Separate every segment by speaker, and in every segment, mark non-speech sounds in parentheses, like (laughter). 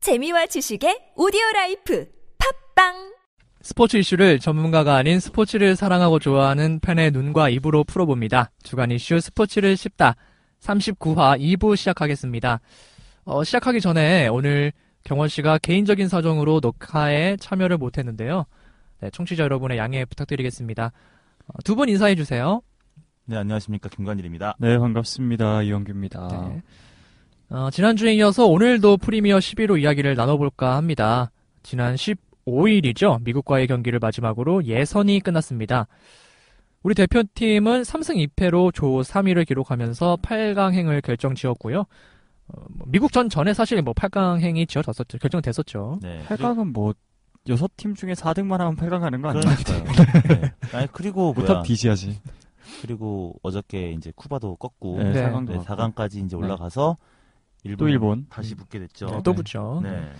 Speaker 1: 재미와 지식의 오디오 라이프 팝빵
Speaker 2: 스포츠 이슈를 전문가가 아닌 스포츠를 사랑하고 좋아하는 팬의 눈과 입으로 풀어봅니다. 주간 이슈 스포츠를 씹다 39화 2부 시작하겠습니다. 어, 시작하기 전에 오늘 경원 씨가 개인적인 사정으로 녹화에 참여를 못했는데요. 네, 청취자 여러분의 양해 부탁드리겠습니다. 어, 두 분 인사해 주세요.
Speaker 3: 네, 안녕하십니까. 김관일입니다.
Speaker 4: 네, 반갑습니다. 이영규입니다.
Speaker 2: 네. 어, 지난주에 이어서 오늘도 프리미어 11호 이야기를 나눠볼까 합니다. 지난 15일이죠. 미국과의 경기를 마지막으로 예선이 끝났습니다. 우리 대표팀은 3승 2패로 조 3위를 기록하면서 8강행을 결정 지었고요. 어, 뭐 미국전 전에 사실 뭐 8강행이 지어졌었죠. 결정됐었죠.
Speaker 3: 네.
Speaker 4: 8강은 뭐 여섯 팀 중에 4등만 하면 8강 가는 거 아니야?
Speaker 3: 그러니까요. 네. 아니, 그리고
Speaker 4: (laughs)
Speaker 3: 뭐야?
Speaker 4: 못하면 뒤지야지.
Speaker 3: 그리고 어저께 이제 쿠바도 꺾고
Speaker 4: 네,
Speaker 2: 네.
Speaker 4: 4강도
Speaker 3: 네, 4강까지 뭐. 이제 올라가서 일본
Speaker 4: 또 일본.
Speaker 3: 다시 붙게 됐죠.
Speaker 2: 네, 또 붙죠.
Speaker 3: 네.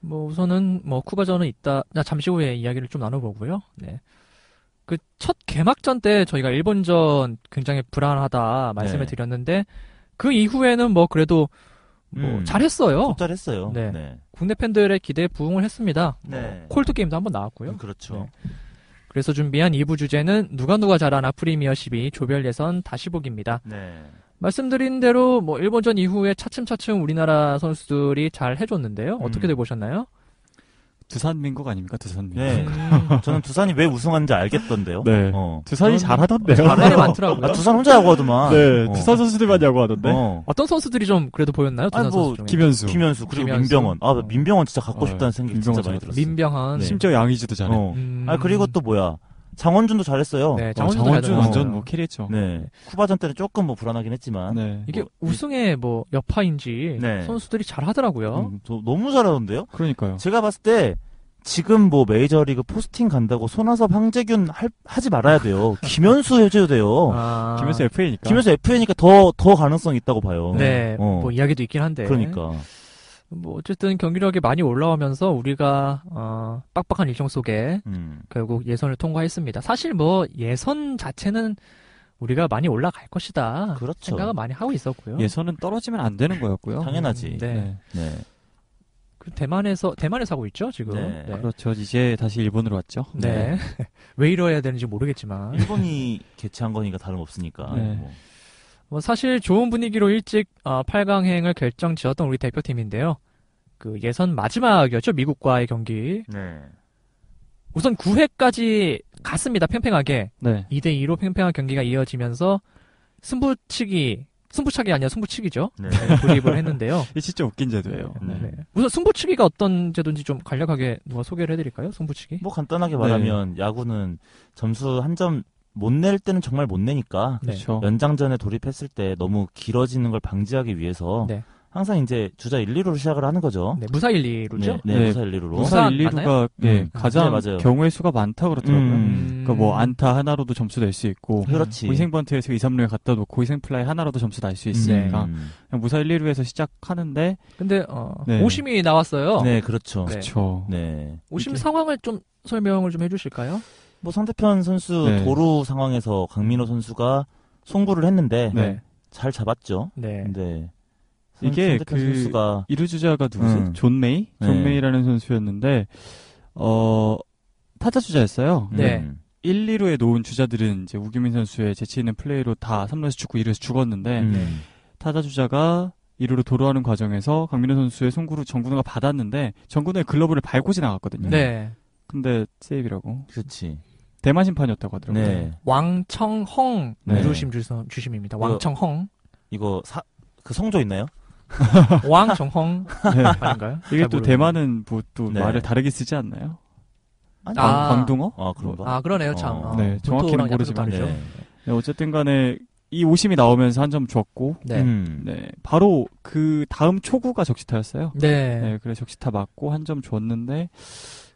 Speaker 2: 뭐 우선은 뭐 쿠바전은 있다. 나 잠시 후에 이야기를 좀 나눠보고요. 네. 그 첫 개막전 때 저희가 일본전 굉장히 불안하다 말씀을
Speaker 3: 네.
Speaker 2: 드렸는데 그 이후에는 뭐 그래도 뭐
Speaker 3: 음.
Speaker 2: 잘했어요.
Speaker 3: 잘했어요.
Speaker 2: 네.
Speaker 3: 네.
Speaker 2: 국내 팬들의 기대에 부응을 했습니다. 뭐
Speaker 3: 네.
Speaker 2: 콜드 게임도 한번 나왔고요.
Speaker 3: 음, 그렇죠.
Speaker 2: 그래서 준비한 2부 주제는 누가 누가 잘하나 프리미어 12 조별 예선 다시 보기입니다.
Speaker 3: 네.
Speaker 2: 말씀드린 대로 뭐 일본전 이후에 차츰차츰 우리나라 선수들이 잘 해줬는데요. 어떻게들
Speaker 3: 음.
Speaker 2: 보셨나요?
Speaker 4: 두산 민국 아닙니까? 두산 민국.
Speaker 3: 네.
Speaker 2: 음.
Speaker 3: 저는 두산이 왜 우승하는지 알겠던데요.
Speaker 4: 네.
Speaker 3: 어.
Speaker 4: 두산이
Speaker 2: 저는-
Speaker 4: 잘하던데요.
Speaker 2: (laughs) 반응이
Speaker 3: 잘해요.
Speaker 2: 많더라고요.
Speaker 3: 아, 두산 혼자 야구하더만.
Speaker 4: 네,
Speaker 3: 어.
Speaker 4: 두산 네. 선수들만 야구하던데.
Speaker 3: 어.
Speaker 2: 어떤 선수들이 좀 그래도 보였나요? 두산
Speaker 3: 아니, 뭐
Speaker 2: 선수 중에.
Speaker 4: 김현수.
Speaker 3: 김현수 그리고
Speaker 2: 김현수.
Speaker 3: 민병헌. 아, 민병헌 진짜 갖고
Speaker 4: 어,
Speaker 3: 싶다는 생각이 진짜
Speaker 4: 민병헌
Speaker 3: 많이
Speaker 4: 잘하더라.
Speaker 3: 들었어요.
Speaker 2: 민병헌.
Speaker 3: 네.
Speaker 4: 심지어 양의지도 잘해.
Speaker 3: 어.
Speaker 2: 음.
Speaker 3: 아, 그리고 또 뭐야? 장원준도 잘했어요.
Speaker 2: 네,
Speaker 4: 어,
Speaker 2: 장원준도
Speaker 4: 장원준
Speaker 2: 잘하더라고요.
Speaker 4: 완전 뭐 캐리했죠.
Speaker 3: 네. 쿠바전 때는 조금 뭐 불안하긴 했지만.
Speaker 4: 네.
Speaker 2: 이게
Speaker 3: 뭐,
Speaker 2: 우승의 뭐 여파인지
Speaker 3: 네.
Speaker 2: 선수들이 잘 하더라고요.
Speaker 3: 음, 저- 너무 잘하던데요?
Speaker 4: 그러니까요.
Speaker 3: 제가 봤을 때 지금 뭐 메이저리그 포스팅 간다고 손아섭 황재균 할- 하지 말아야 돼요. 김현수 해줘도 돼요.
Speaker 2: 아.
Speaker 4: 김현수 FA니까.
Speaker 3: 김현수 FA니까 더, 더 가능성 있다고 봐요.
Speaker 2: 네,
Speaker 3: 어.
Speaker 2: 뭐 이야기도 있긴 한데.
Speaker 3: 그러니까.
Speaker 2: 뭐 어쨌든 경기력이 많이 올라오면서 우리가 어, 빡빡한 일정 속에
Speaker 3: 음.
Speaker 2: 결국 예선을 통과했습니다. 사실 뭐 예선 자체는 우리가 많이 올라갈 것이다
Speaker 3: 그렇죠.
Speaker 2: 아, 생각을 많이 하고 있었고요.
Speaker 4: 예선은 떨어지면 안 되는 거였고요.
Speaker 3: 당연하지.
Speaker 2: 음,
Speaker 3: 네.
Speaker 2: 네.
Speaker 4: 네.
Speaker 3: 네.
Speaker 2: 그 대만에서 대만에서 하고 있죠 지금.
Speaker 3: 네,
Speaker 4: 그렇죠. 이제 다시 일본으로 왔죠.
Speaker 2: 네. 왜 이러야 되는지 모르겠지만
Speaker 3: 일본이 개최한 거니까 다름없으니까.
Speaker 4: 네.
Speaker 3: 뭐.
Speaker 2: 뭐 사실 좋은 분위기로 일찍 어, 8강행을 결정지었던 우리 대표팀인데요. 그 예선 마지막이었죠 미국과의 경기.
Speaker 3: 네.
Speaker 2: 우선 9회까지 갔습니다 팽팽하게.
Speaker 4: 네.
Speaker 2: 2대 2로 팽팽한 경기가 이어지면서 승부치기 승부차기 아니라 승부치기죠.
Speaker 3: 네. (laughs)
Speaker 2: 돌입을 했는데요.
Speaker 4: 이게 진짜 웃긴 제도예요.
Speaker 3: 네.
Speaker 2: 네. 우선 승부치기가 어떤 제도인지 좀 간략하게 누가 소개를 해드릴까요? 승부치기?
Speaker 3: 뭐 간단하게 말하면 야구는 점수 한 점 못 낼 때는 정말 못 내니까
Speaker 2: 네.
Speaker 4: 그렇죠.
Speaker 3: 연장전에 돌입했을 때 너무 길어지는 걸 방지하기 위해서
Speaker 2: 네.
Speaker 3: 항상 이제 주자 1, 2루로 시작을 하는 거죠.
Speaker 2: 네, 무사일리로죠.
Speaker 3: 네, 네,
Speaker 4: 네.
Speaker 3: 무사 1, 2루로.
Speaker 4: 부산
Speaker 2: 부산
Speaker 4: 1, 2루가 예,
Speaker 3: 음.
Speaker 4: 가장
Speaker 3: 네, 맞아요.
Speaker 4: 경우의 수가 많다 그러더라고요.
Speaker 3: 음.
Speaker 4: 그러니까 뭐 안타 하나로도 점수 낼 수 있고
Speaker 3: 어, 그렇지.
Speaker 4: 고이생 번트에서 2, 3루에 갖다 놓고 고이생 플라이 하나로도 점수 날 수 있으니까
Speaker 3: 음.
Speaker 4: 그냥 무사 1, 2루에서 시작하는데
Speaker 2: 근데 어,
Speaker 4: 네.
Speaker 2: 오심이 나왔어요.
Speaker 3: 네, 그렇죠.
Speaker 2: 네.
Speaker 4: 그쵸.
Speaker 3: 네.
Speaker 2: 오심
Speaker 4: 이게-
Speaker 2: 상황을 좀 설명을 좀 해주실까요?
Speaker 3: 뭐 상대편 선수
Speaker 4: 네.
Speaker 3: 도루 상황에서 강민호 선수가 송구를 했는데
Speaker 4: 네.
Speaker 3: 잘 잡았죠.
Speaker 2: 네.
Speaker 3: 근데
Speaker 4: 이게
Speaker 3: 상대편
Speaker 4: 그-
Speaker 3: 선수가
Speaker 4: 이루 주자가 누구지?
Speaker 3: 음.
Speaker 4: 존 메이? 존
Speaker 3: 네.
Speaker 4: 메이라는 선수였는데 어 타자 주자였어요.
Speaker 2: 네.
Speaker 3: 음,
Speaker 4: 1, 2루에 놓은 주자들은 이제 우규민 선수의 재치 있는 플레이로 다 3루에서 죽고 2루에서 죽었는데
Speaker 3: 음,
Speaker 4: 타자 주자가 2루로 도루하는 과정에서 강민호 선수의 송구를 정근우가 받았는데 정근우의 글러브를 밟고 지나갔거든요.
Speaker 2: 네.
Speaker 4: 근데 세이브라고
Speaker 3: 그렇지.
Speaker 4: 대만 심판이었다고
Speaker 3: 네.
Speaker 4: 하더라고요.
Speaker 2: 왕청헝
Speaker 3: 네.
Speaker 2: 누르심 주심, 주심입니다.
Speaker 4: 뭐
Speaker 3: 이거-
Speaker 2: 왕청헝,
Speaker 3: 이거 사, 그 성조 있나요?
Speaker 4: (laughs)
Speaker 2: 왕청헝 아닌가요?
Speaker 4: 네. 이게
Speaker 2: 잘
Speaker 4: 또
Speaker 2: 모르겠네요.
Speaker 4: 대만은 뭐 또
Speaker 3: 네.
Speaker 4: 말을 다르게 쓰지 않나요?
Speaker 3: 아니,
Speaker 2: 아.
Speaker 4: 광- 광둥어?
Speaker 3: 아, 그런가?
Speaker 2: 아 그러네요 참.
Speaker 3: 어.
Speaker 2: 어,
Speaker 4: 네, 정확히는
Speaker 2: 본토랑 약간 좀
Speaker 4: 모르지만.
Speaker 2: 다르죠.
Speaker 3: 네.
Speaker 4: 네, 어쨌든 간에 이 오심이 나오면서 한 점 줬고
Speaker 2: 네.
Speaker 3: 음.
Speaker 4: 네, 바로 그 다음 초구가 적시타였어요.
Speaker 2: 네.
Speaker 4: 네, 그래 적시타 맞고 한 점 줬는데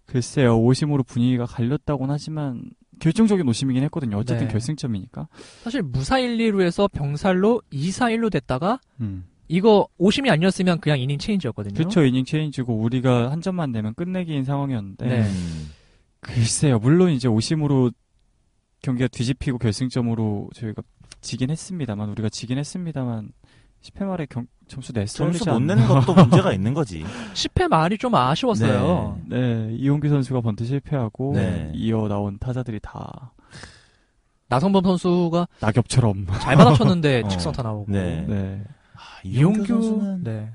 Speaker 4: 글쎄요 오심으로 분위기가 갈렸다곤 하지만 결정적인 오심이긴 했거든요. 어쨌든
Speaker 2: 네.
Speaker 4: 결승점이니까.
Speaker 2: 사실 무사 1, 2루에서 병살로 2, 4, 1루 됐다가
Speaker 4: 음.
Speaker 2: 이거 오심이 아니었으면 그냥 이닝 체인지였거든요.
Speaker 4: 그쵸 이닝 체인지고 우리가 한 점만 내면 끝내기인 상황이었는데
Speaker 2: 네.
Speaker 3: 음.
Speaker 4: 글쎄요 물론 이제 오심으로 경기가 뒤집히고 결승점으로 저희가 지긴 했습니다만 우리가 지긴 했습니다만 10회 말에 경- 점수 냈어야
Speaker 3: 점수
Speaker 4: 되지
Speaker 3: 못
Speaker 4: 않나. (laughs)
Speaker 3: 내는 것도 문제가 있는 거지.
Speaker 2: 10회 말이 좀 아쉬웠어요.
Speaker 3: 네.
Speaker 4: 네, 이용규 선수가 번트 실패하고
Speaker 3: 네.
Speaker 4: 이어 나온 타자들이 다
Speaker 2: 나성범 선수가
Speaker 4: 낙엽처럼.
Speaker 2: 잘 받아쳤는데
Speaker 3: 어.
Speaker 2: 직선타 나오고.
Speaker 3: 네.
Speaker 4: (laughs) 네.
Speaker 3: 아,
Speaker 2: 이용규
Speaker 3: 선수는
Speaker 2: 네.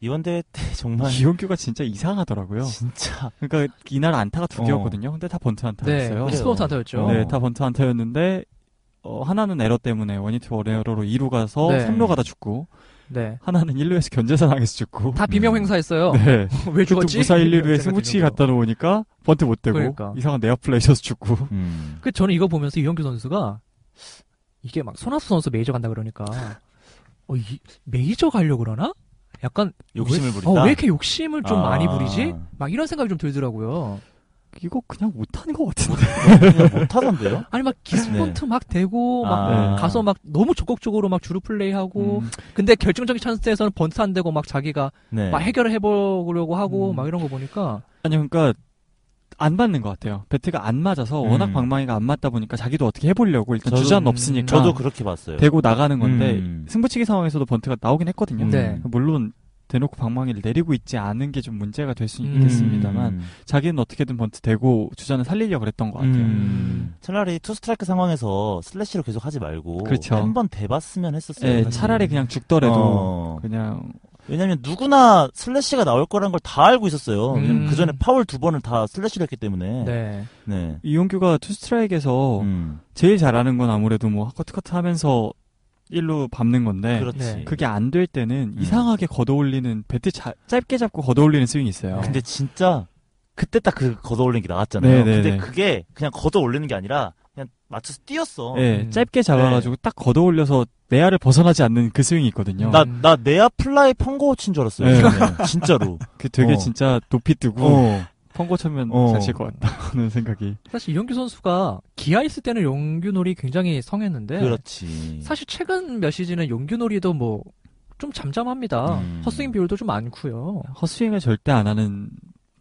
Speaker 3: 이번 대회 때 정말
Speaker 4: 이용규가 진짜 이상하더라고요.
Speaker 3: 진짜
Speaker 4: 그러니까 이날 안타가 두
Speaker 3: 어.
Speaker 4: 개였거든요. 근데 다 번트 안타였어요.
Speaker 2: 네.
Speaker 3: 그래요.
Speaker 2: 스포츠 안타였죠.
Speaker 3: 어.
Speaker 4: 네, 다 번트 안타였는데 어, 하나는 에러 때문에 원히트 원에러로 2루 가서
Speaker 2: 네.
Speaker 4: 3루 가다 죽고
Speaker 2: 네.
Speaker 4: 하나는 1루에서 견제 상황에서 죽고
Speaker 2: 다 비명
Speaker 3: 음.
Speaker 2: 행사했어요.
Speaker 4: (laughs) 네.
Speaker 2: (laughs) 왜
Speaker 4: 그
Speaker 2: 죽었지?
Speaker 4: 무사 1, 2루에
Speaker 2: 생각이
Speaker 4: 승부치기
Speaker 2: 들면서.
Speaker 4: 갖다 놓으니까 번트 못 되고
Speaker 2: 그러니까.
Speaker 4: 이상한 내야 플레이셔서 죽고 (laughs)
Speaker 3: 음.
Speaker 2: 그 저는 이거 보면서 이영규 선수가 이게 막 손아섭 선수 메이저 간다 그러니까 어, 이, 메이저 가려 고 그러나? 약간
Speaker 3: 욕심을
Speaker 2: 왜,
Speaker 3: 부린다.
Speaker 2: 어, 왜 이렇게 욕심을 좀
Speaker 3: 아.
Speaker 2: 많이 부리지? 막 이런 생각이 좀 들더라고요.
Speaker 4: 이거 그냥 못하는 것 같은데
Speaker 3: 음. 못 하던데요?
Speaker 2: 아니 막 기스폰트 막 대고 막
Speaker 3: 네. 아.
Speaker 2: 가서 막 너무 적극적으로 막 주루 플레이하고
Speaker 4: 음.
Speaker 2: 근데 결정적인 찬스에서는 번트 안 되고 막 자기가
Speaker 3: (laughs) 네.
Speaker 2: 막 해결을 해보려고 하고
Speaker 4: 음.
Speaker 2: 막 이런 거 보니까
Speaker 4: 아니 그러니까 안 맞는 것 같아요 배트가 안 맞아서
Speaker 3: 음.
Speaker 4: 워낙 방망이가 안 맞다 보니까 자기도 어떻게 해보려고 일단
Speaker 3: 저도-
Speaker 4: 주자는
Speaker 2: 음,
Speaker 4: 없으니까
Speaker 3: 저도 그렇게 봤어요.
Speaker 4: 아. 대고 나가는 건데
Speaker 3: 음.
Speaker 4: 승부치기 상황에서도 번트가 나오긴 했거든요
Speaker 2: 네.
Speaker 4: 물론 대놓고 방망이를 내리고 있지 않은 게 좀 문제가 될 수
Speaker 2: 음.
Speaker 4: 있겠습니다만 자기는 어떻게든 번트 대고 주자는 살리려고 그랬던 것 같아요
Speaker 3: 음. 차라리 투 스트라이크 상황에서 슬래시로 계속 하지 말고
Speaker 4: 그렇죠.
Speaker 3: 한 번 대봤으면 했었어요.
Speaker 4: 예,
Speaker 3: 사실.
Speaker 4: 차라리 그냥 죽더라도
Speaker 3: 어.
Speaker 4: 그냥
Speaker 3: 왜냐면 누구나 슬래시가 나올 거란 걸 다 알고 있었어요.
Speaker 2: 음.
Speaker 3: 그 전에 파울 두 번을 다 슬래시로 했기 때문에.
Speaker 2: 네.
Speaker 3: 네.
Speaker 4: 이용규가 투스트라이크에서
Speaker 3: 음.
Speaker 4: 제일 잘하는 건 아무래도 뭐 커트커트 하면서 일로 밟는 건데
Speaker 3: 그렇지.
Speaker 2: 네.
Speaker 4: 그게 안 될 때는
Speaker 3: 음.
Speaker 4: 이상하게 걷어올리는 배트 자- 짧게 잡고 걷어올리는 스윙이 있어요.
Speaker 3: 근데 진짜 그때 딱 그 걷어올린 게 나왔잖아요.
Speaker 4: 네, 네,
Speaker 3: 근데
Speaker 4: 네.
Speaker 3: 그게 그냥 걷어올리는 게 아니라 그냥 맞춰서 뛰었어. 네.
Speaker 4: 예,
Speaker 2: 음.
Speaker 4: 짧게 잡아가지고 딱 걷어올려서 내야를 벗어나지 않는 그 스윙이 있거든요.
Speaker 3: 나, 나 내야 플라이 펑고 친 줄 알았어요.
Speaker 4: 네.
Speaker 3: 처음에.
Speaker 2: (laughs)
Speaker 3: 진짜로.
Speaker 4: 그 되게
Speaker 3: 어.
Speaker 4: 진짜 높이 뜨고 펑고 쳐면
Speaker 3: 어.
Speaker 4: 잘 칠 것 같다는 (laughs) 생각이.
Speaker 2: 사실 이영규 선수가 기아 있을 때는 용규놀이 굉장히 성했는데
Speaker 3: 그렇죠. 그렇지.
Speaker 2: 사실 최근 몇 시즌은 용규놀이도 뭐 좀 잠잠합니다.
Speaker 3: 음.
Speaker 2: 헛스윙 비율도 좀 많고요.
Speaker 4: 헛스윙을 절대 안 하는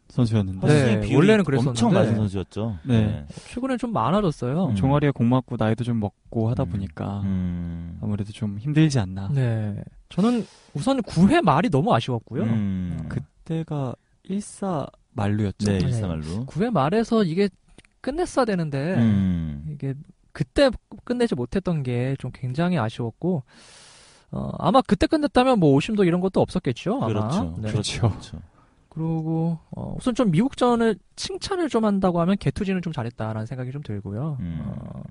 Speaker 4: 선수였는데
Speaker 2: 네,
Speaker 3: 헛스윙 비율이
Speaker 2: 원래는 그랬었는데.
Speaker 3: 엄청 낮은 선수였죠.
Speaker 4: 네.
Speaker 2: 최근엔 좀 많아졌어요.
Speaker 3: 음.
Speaker 4: 종아리에 공 맞고 나이도 좀 먹고 하다
Speaker 3: 음.
Speaker 4: 보니까
Speaker 3: 음.
Speaker 4: 아무래도 좀 힘들지 않나.
Speaker 2: 네. 저는 우선 9회 말이 너무 아쉬웠고요.
Speaker 3: 음.
Speaker 4: 그때가 1사 만루였죠.
Speaker 3: 네,
Speaker 2: 네.
Speaker 3: 일사말로.
Speaker 2: 9회 말에서 이게 끝냈어야 되는데
Speaker 3: 음.
Speaker 2: 이게 그때 끝내지 못했던 게 좀 굉장히 아쉬웠고 어, 아마 그때 끝냈다면 뭐 오심도 이런 것도 없었겠죠. 아마.
Speaker 3: 그렇죠.
Speaker 2: 네.
Speaker 4: 그렇죠.
Speaker 3: 그렇죠.
Speaker 2: 그리고 어, 우선 좀 미국전을 칭찬을 좀 한다고 하면 개투지는 좀 잘했다라는 생각이 좀 들고요.
Speaker 3: 음.
Speaker 2: 어,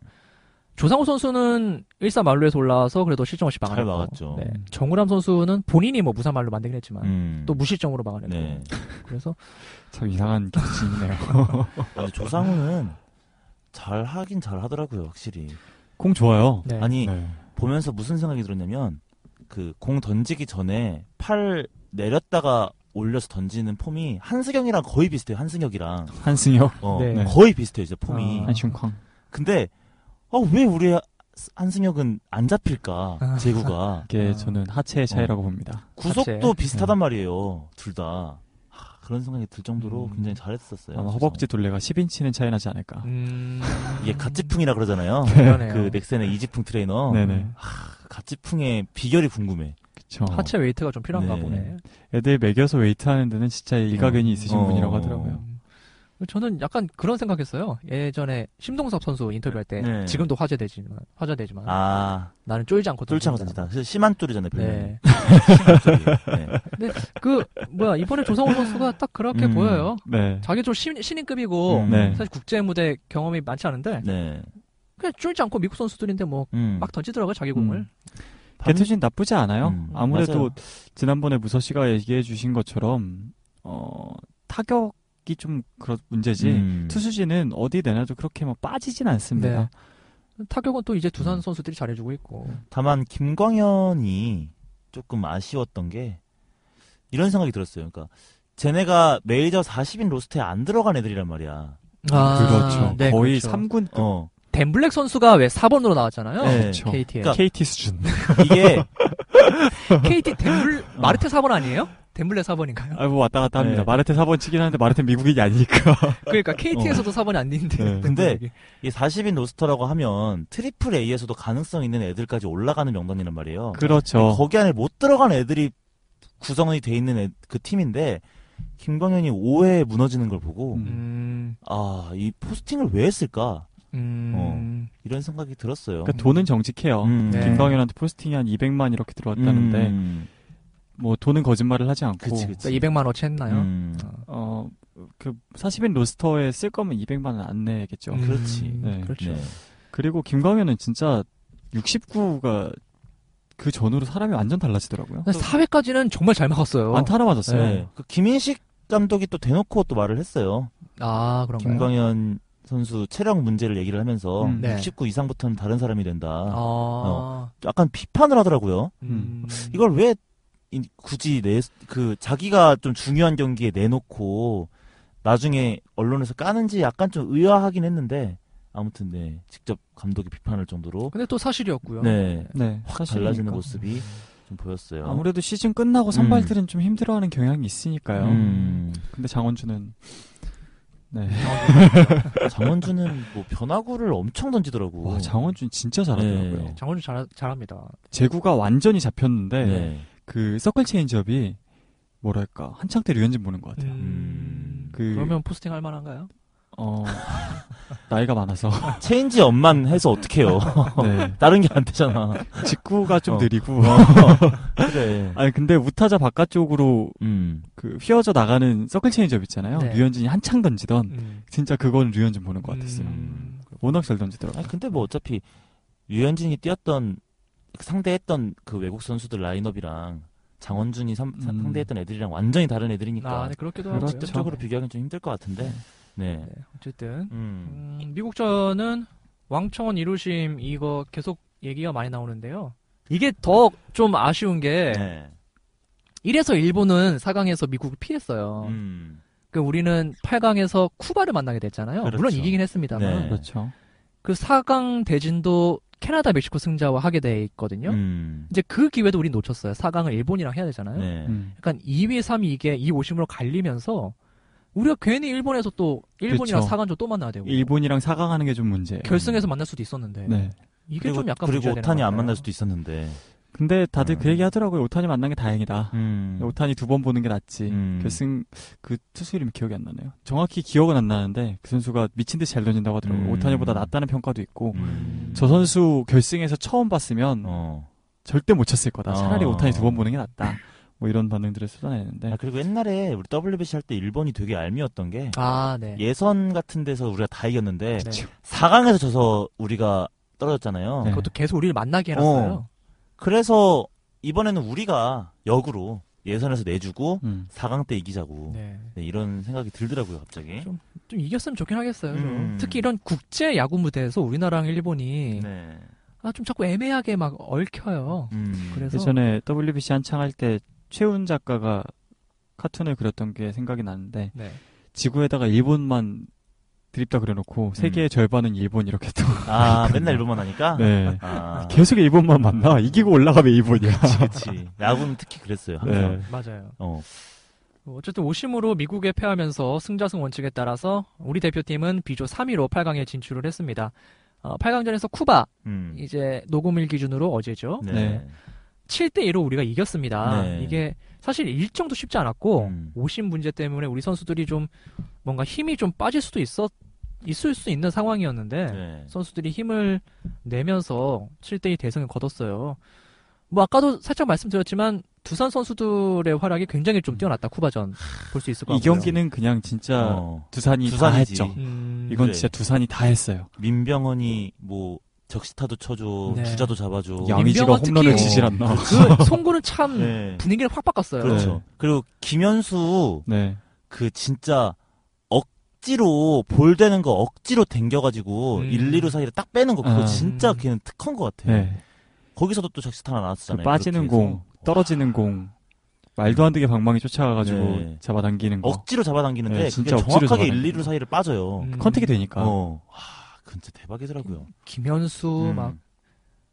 Speaker 2: 조상우 선수는 1사 말루에서 올라와서 그래도 실점 없이 막아냈고
Speaker 3: 잘 막았죠.
Speaker 2: 네. 정우람 선수는 본인이 뭐 무사 말로 만들긴 했지만
Speaker 3: 음.
Speaker 2: 또 뭐- 무실점으로 막아냈고
Speaker 3: 네.
Speaker 2: 그래서
Speaker 4: (laughs) 참 이상한 기준이네요.
Speaker 3: 아, 근데 조상우는 잘 하긴 잘 하더라고요, 확실히.
Speaker 4: 공 좋아요.
Speaker 2: (laughs) 네.
Speaker 3: 아니,
Speaker 4: 네.
Speaker 3: 보면서 무슨 생각이 들었냐면, 그 공 던지기 전에 팔 내렸다가 올려서 던지는 폼이 한승혁이랑 거의 비슷해요, 한승혁이랑.
Speaker 4: 한승혁,
Speaker 3: 어,
Speaker 2: 네.
Speaker 3: 거의 비슷해요, 이제 폼이.
Speaker 2: 아.
Speaker 4: 한슝쾅.
Speaker 3: 근데, 어, 왜 우리 하- 한승혁은 안 잡힐까,
Speaker 2: 아.
Speaker 3: 제구가.
Speaker 4: 이게
Speaker 2: 아.
Speaker 4: 저는 하체의 차이라고 봅니다.
Speaker 3: 구속도
Speaker 2: 자체.
Speaker 3: 비슷하단 말이에요, 둘 다. 하, 그런 생각이 들 정도로
Speaker 2: 음.
Speaker 3: 굉장히 잘했었어요.
Speaker 4: 아마
Speaker 3: 조상우.
Speaker 4: 허벅지 둘레가 10인치는 차이 나지 않을까.
Speaker 2: 음...
Speaker 3: 이게 가치풍이라 그러잖아요.
Speaker 2: 그러네요.
Speaker 3: 그 넥센의 이지풍 트레이너. 그
Speaker 4: 네네.
Speaker 3: 가치풍의 비결이 궁금해.
Speaker 4: 그쵸.
Speaker 2: 하체 웨이트가 좀 필요한가
Speaker 3: 네.
Speaker 2: 보네.
Speaker 4: 애들 먹여서 웨이트 하는 데는 진짜 일가견이 있으신
Speaker 3: 어.
Speaker 4: 분이라고 하더라고요.
Speaker 2: 어, 저는 약간 그런 생각했어요. 예전에 심동섭 선수 인터뷰할 때
Speaker 3: 네.
Speaker 2: 지금도 화제되지만 화제되지만
Speaker 3: 아,
Speaker 2: 나는 쫄지 않고
Speaker 3: 쫄창
Speaker 2: 던진다.
Speaker 3: 선수다. 그래서 심한 쫄이잖아요, 별명이.
Speaker 2: 네.
Speaker 3: (laughs) 심한 쫄이. 네.
Speaker 2: 그 뭐야 이번에 조성호 선수가 딱 그렇게
Speaker 3: 음.
Speaker 2: 보여요.
Speaker 4: 네.
Speaker 2: 자기 좀 신, 신인급이고
Speaker 3: 음,
Speaker 4: 네.
Speaker 2: 사실 국제 무대 경험이 많지 않은데
Speaker 3: 네.
Speaker 2: 그냥 쫄지 않고 미국 선수들인데 뭐 막
Speaker 3: 음.
Speaker 2: 던지더라고요 자기 공을.
Speaker 4: 개투진 나쁘지 않아요.
Speaker 3: 음,
Speaker 4: 아무래도
Speaker 3: 맞아요.
Speaker 4: 지난번에 무서 씨가 얘기해 주신 것처럼 어, 타격이 좀 그런 문제지.
Speaker 3: 음.
Speaker 4: 투수진은 어디 내놔도 그렇게 막 빠지진 않습니다.
Speaker 2: 네. 타격은 또 이제 두산 선수들이 잘해주고 있고.
Speaker 3: 다만 김광현이 조금 아쉬웠던 게 이런 생각이 들었어요. 그러니까 쟤네가 메이저 40인 로스트에 안 들어간 애들이란 말이야.
Speaker 4: 그렇죠.
Speaker 2: 네,
Speaker 4: 거의
Speaker 2: 그렇죠.
Speaker 4: 삼 3군
Speaker 3: 어.
Speaker 2: 댄블랙 선수가 왜 4번으로 나왔잖아요.
Speaker 3: 네.
Speaker 4: 그렇죠.
Speaker 2: KT에.
Speaker 3: (laughs) 그러니까
Speaker 4: KT 수준.
Speaker 3: 이게
Speaker 2: KT 댄블 마르테 4번 아니에요? 덴블레
Speaker 4: (laughs)
Speaker 2: 4번인가요?
Speaker 4: 아, 뭐 왔다 갔다 합니다.
Speaker 3: 네.
Speaker 4: 마르테 4번 치긴 하는데 마르테 미국인이 아니니까.
Speaker 3: (laughs)
Speaker 2: 그러니까 KT에서도 4번이 안 되는데.
Speaker 4: 네.
Speaker 3: 근데
Speaker 2: 덴블레.
Speaker 3: 이 40인 로스터라고 하면 트리플 A에서도 가능성 있는 애들까지 올라가는 명단이란 말이에요.
Speaker 4: 그렇죠.
Speaker 3: 네, 거기 안에 못 들어간 애들이 구성이 돼 있는 애- 그 팀인데 김광현이 5회에 무너지는 걸 보고
Speaker 4: 음.
Speaker 2: 음,
Speaker 3: 아, 이 포스팅을 왜 했을까?
Speaker 2: 음,
Speaker 3: 이런 생각이 들었어요.
Speaker 4: 그러니까 돈은 정직해요.
Speaker 3: 음.
Speaker 2: 네.
Speaker 4: 김광현한테 포스팅이 한 200만 이렇게 들어왔다는데
Speaker 3: 음.
Speaker 4: 뭐 돈은 거짓말을 하지 않고
Speaker 3: 그치, 그치.
Speaker 2: 그러니까 200만 원치 했나요?
Speaker 3: 음.
Speaker 4: 어그 40인 로스터에 쓸 거면 200만 원 안 내겠죠.
Speaker 2: 음,
Speaker 3: 그렇지.
Speaker 4: 네.
Speaker 2: 그렇죠.
Speaker 3: 네.
Speaker 4: 그리고 김광현은 진짜 69가 그 전으로 사람이 완전 달라지더라고요.
Speaker 2: 근데 4회까지는 정말 잘 막았어요.
Speaker 4: 안타 하나 맞았어요.
Speaker 3: 네. 그 김인식 감독이 또 대놓고 또 말을 했어요.
Speaker 2: 아, 그런가요?
Speaker 3: 김광현 선수 체력 문제를 얘기를 하면서
Speaker 4: 음.
Speaker 2: 네.
Speaker 3: 69 이상부터는 다른 사람이 된다.
Speaker 2: 아,
Speaker 3: 약간 비판을 하더라고요.
Speaker 2: 음.
Speaker 3: 어. 이걸 왜 이- 굳이 내, 그 자기가 좀 중요한 경기에 내놓고 나중에 언론에서 까는지 약간 좀 의아하긴 했는데 아무튼 네 직접 감독이 비판할 정도로
Speaker 2: 근데 또 사실이었고요.
Speaker 3: 네
Speaker 4: 네. 사실이니까.
Speaker 3: 달라지는 모습이 좀 보였어요.
Speaker 4: 아무래도 시즌 끝나고 선발들은 좀 힘들어하는 경향이 있으니까요.
Speaker 3: 음,
Speaker 4: 근데 장원준은 네.
Speaker 3: 장원준은 뭐 변화구를 엄청 던지더라고.
Speaker 4: 와 장원준 진짜 잘하더라고요.
Speaker 3: 네.
Speaker 2: 장원준 잘 잘합니다.
Speaker 4: 제구가 완전히 잡혔는데
Speaker 3: 네.
Speaker 4: 그 서클 체인지업이 뭐랄까 한창 때 류현진 보는 것
Speaker 3: 네.
Speaker 4: 같아요.
Speaker 2: 음.
Speaker 4: 그-
Speaker 2: 그러면 포스팅 할 만한가요?
Speaker 3: (laughs)
Speaker 4: 어 나이가 많아서
Speaker 3: 체인지 업만 해서
Speaker 4: (laughs)
Speaker 3: 어떡해요.
Speaker 4: 네.
Speaker 3: 다른 게 안 되잖아.
Speaker 4: 직구가 좀
Speaker 3: 어.
Speaker 4: 느리고
Speaker 3: 그래.
Speaker 4: 아니 근데 우타자 바깥쪽으로
Speaker 3: 음.
Speaker 4: 그 휘어져 나가는 서클 체인지업 있잖아요.
Speaker 2: 네.
Speaker 4: 류현진이 한창 던지던
Speaker 2: 음.
Speaker 4: 진짜 그건 류현진 보는 것 같았어요.
Speaker 2: 음.
Speaker 4: 워낙 잘 던지더라고요.
Speaker 3: 아니 근데 뭐 어차피 유현진이 뛰었던 상대했던 그 외국 선수들 라인업이랑 장원준이 삼- 사-
Speaker 4: 음.
Speaker 3: 상대했던 애들이랑 완전히 다른 애들이니까
Speaker 2: 아, 네, 그렇기도
Speaker 4: 그렇죠.
Speaker 2: 하고요.
Speaker 3: 직접적으로 비교하기는 좀 힘들 것 같은데. 네.
Speaker 2: 네, 어쨌든
Speaker 3: 음.
Speaker 2: 음, 미국전은 왕청원 이루심 이거 계속 얘기가 많이 나오는데요. 이게 더 좀 아쉬운 게
Speaker 3: 네.
Speaker 2: 이래서 일본은 4강에서 미국을 피했어요.
Speaker 3: 음.
Speaker 2: 그 우리는 8강에서 쿠바를 만나게 됐잖아요.
Speaker 3: 그렇죠.
Speaker 2: 물론 이기긴 했습니다만
Speaker 3: 네.
Speaker 4: 그렇죠.
Speaker 2: 그 4강 대진도 캐나다 멕시코 승자와 하게 돼 있거든요.
Speaker 3: 음.
Speaker 2: 이제 그 기회도 우린 놓쳤어요. 4강을 일본이랑 해야 되잖아요.
Speaker 3: 네.
Speaker 4: 음.
Speaker 2: 약간 2위, 3위 이게 2 오심으로 갈리면서 우리가 괜히 일본에서 또 일본이랑
Speaker 4: 그쵸.
Speaker 2: 4강조 또 만나야 되고
Speaker 4: 일본이랑 사강하는 게 좀 문제예요.
Speaker 2: 결승에서 만날 수도
Speaker 3: 그
Speaker 2: 있었는데
Speaker 4: 네.
Speaker 2: 이게
Speaker 3: 그리고
Speaker 2: 좀 약간
Speaker 3: 그리고
Speaker 2: 문제가 되는
Speaker 3: 오탄이
Speaker 2: 것
Speaker 3: 안
Speaker 2: 같아요.
Speaker 3: 만날 수도 있었는데.
Speaker 4: 근데 다들
Speaker 3: 음.
Speaker 4: 그 얘기 하더라고요. 오타니 만난 게 다행이다.
Speaker 3: 음.
Speaker 4: 오타니 두 번 보는 게 낫지.
Speaker 3: 음.
Speaker 4: 결승 그 투수 이름이 기억이 안 나네요. 정확히 기억은 안 나는데 그 선수가 미친 듯이 잘 던진다고 하더라고요.
Speaker 3: 음.
Speaker 4: 오타니보다 낫다는 평가도 있고
Speaker 3: 음.
Speaker 4: 저 선수 결승에서 처음 봤으면
Speaker 3: 어.
Speaker 4: 절대 못 쳤을 거다. 차라리
Speaker 3: 어.
Speaker 4: 오타니 두 번 보는 게 낫다. 뭐 이런 반응들을 쏟아내는데
Speaker 3: 아, 그리고 옛날에 우리 WBC 할 때 일본이 되게 알미였던 게
Speaker 2: 아, 네.
Speaker 3: 예선 같은 데서 우리가 다 이겼는데
Speaker 2: 네.
Speaker 4: 그쵸.
Speaker 3: 4강에서 져서 우리가 떨어졌잖아요.
Speaker 4: 네.
Speaker 2: 그것도 계속 우리를 만나게 해놨어요.
Speaker 3: 어. 그래서 이번에는 우리가 역으로 예선에서 내주고
Speaker 4: 음.
Speaker 3: 4강 때 이기자고
Speaker 2: 네.
Speaker 3: 네, 이런 생각이 들더라고요 갑자기.
Speaker 2: 좀- 좀 이겼으면 좋긴 하겠어요. 좀.
Speaker 3: 음.
Speaker 2: 특히 이런 국제 야구 무대에서 우리나라랑 일본이
Speaker 3: 네.
Speaker 2: 아, 좀 자꾸 애매하게 막 얽혀요.
Speaker 3: 음.
Speaker 2: 그래서
Speaker 4: 예전에 WBC 한창 할 때 최훈 작가가 카툰을 그렸던 게 생각이 나는데
Speaker 2: 네.
Speaker 4: 지구에다가 일본만 드립다
Speaker 2: 음.
Speaker 4: 그려놓고 세계의 절반은 일본 이렇게
Speaker 2: (laughs)
Speaker 4: 또
Speaker 3: 아 맨날 일본만 하니까.
Speaker 4: 네.
Speaker 3: 아,
Speaker 4: 계속 일본만 만나 이기고 올라가면 일본이야.
Speaker 3: 그렇지. 야구는 특히 그랬어요 항상.
Speaker 4: 네.
Speaker 2: 맞아요.
Speaker 3: 어.
Speaker 2: 어쨌든 오심으로 미국에 패하면서 승자승 원칙에 따라서 우리 대표팀은 비조 3위로 8강에 진출을 했습니다. 어, 8강전에서 쿠바
Speaker 3: 음.
Speaker 2: 이제 녹음일 기준으로 어제죠.
Speaker 3: 네.
Speaker 4: 네.
Speaker 2: 7대 1로 우리가 이겼습니다.
Speaker 3: 네.
Speaker 2: 이게 사실 일정도 쉽지 않았고
Speaker 3: 음.
Speaker 2: 오심 문제 때문에 우리 선수들이 좀 뭔가 힘이 좀 빠질 수도 있었 있을 수 있는 상황이었는데
Speaker 3: 네.
Speaker 2: 선수들이 힘을 내면서 7대2 대승을 거뒀어요. 뭐 아까도 살짝 말씀드렸지만 두산 선수들의 활약이 굉장히 좀 뛰어났다 쿠바전 볼 수 있을 것
Speaker 4: 이
Speaker 2: 같고요.
Speaker 4: 경기는 그냥 진짜
Speaker 3: 어.
Speaker 4: 두산이 다
Speaker 3: 두산이지.
Speaker 4: 했죠.
Speaker 2: 음,
Speaker 4: 이건
Speaker 3: 그래.
Speaker 4: 진짜 두산이 다 했어요.
Speaker 3: 민병헌이 뭐 적시타도 쳐줘,
Speaker 2: 네.
Speaker 3: 주자도 잡아줘.
Speaker 4: 양의지가
Speaker 2: 민병헌 특히-
Speaker 4: 홈런을 치질
Speaker 2: (laughs)
Speaker 4: 않나.
Speaker 2: 그 송구는 참
Speaker 3: 네.
Speaker 2: 분위기를 확 바꿨어요.
Speaker 3: 그렇죠.
Speaker 4: 음. 네.
Speaker 3: 그리고 김현수
Speaker 4: 네.
Speaker 3: 그 진짜 억지로 볼 되는 거 억지로 당겨가지고
Speaker 2: 음.
Speaker 3: 1, 2루 사이를 딱 빼는 거 그거
Speaker 4: 아.
Speaker 3: 진짜
Speaker 2: 음.
Speaker 3: 걔는 특허인 것 같아. 요
Speaker 4: 네.
Speaker 3: 거기서도 또 적시타 하나
Speaker 4: 그
Speaker 3: 나왔었잖아요.
Speaker 4: 빠지는
Speaker 3: 그렇게
Speaker 4: 공,
Speaker 3: 해서.
Speaker 4: 떨어지는 공. 말도 안 되게 방망이 쫓아가가지고
Speaker 3: 네.
Speaker 4: 잡아당기는
Speaker 2: 어?
Speaker 4: 거.
Speaker 3: 억지로 잡아당기는데
Speaker 4: 네,
Speaker 3: 그게
Speaker 4: 진짜 억지로
Speaker 3: 정확하게
Speaker 4: 잡아당겨.
Speaker 3: 1, 2루 사이를 빠져요.
Speaker 2: 음,
Speaker 4: 그러니까. 컨택이 되니까.
Speaker 3: 어, 와, 그건 진짜 대박이더라고요.
Speaker 2: 김현수
Speaker 3: 음.
Speaker 2: 막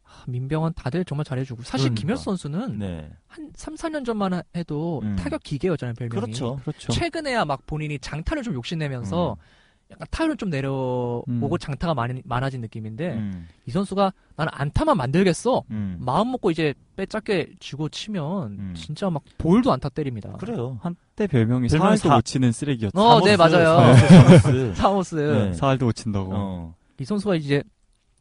Speaker 2: 아, 민병헌 다들 정말 잘해주고 사실
Speaker 3: 그러니까.
Speaker 2: 김현
Speaker 4: 음.
Speaker 2: 선수는
Speaker 3: 네.
Speaker 2: 한 3, 4년 전만 해도
Speaker 3: 음.
Speaker 2: 타격 기계였잖아요 별명이.
Speaker 3: 그렇죠.
Speaker 2: 어.
Speaker 4: 그렇죠.
Speaker 2: 최근에야 막 본인이 장타를 좀 욕심내면서
Speaker 3: 음.
Speaker 2: 약간 타율은 좀 내려오고
Speaker 4: 음.
Speaker 2: 장타가 많이, 많아진 느낌인데
Speaker 3: 음,
Speaker 2: 이 선수가 나는 안타만 만들겠어
Speaker 3: 음.
Speaker 2: 마음 먹고 이제 빼짝게 쥐고 치면
Speaker 3: 음.
Speaker 2: 진짜 막 볼도 안타 때립니다.
Speaker 3: 그래요.
Speaker 4: 한때
Speaker 3: 별명이
Speaker 4: 별명이 사활도
Speaker 3: 사-
Speaker 4: 못 치는 쓰레기였죠.
Speaker 2: 어, 네,
Speaker 3: 사모스,
Speaker 2: 맞아요. (laughs)
Speaker 3: 사모스.
Speaker 2: 사모스
Speaker 3: 네.
Speaker 4: 사활도 못 친다고.
Speaker 3: 어.
Speaker 2: 이 선수가 이제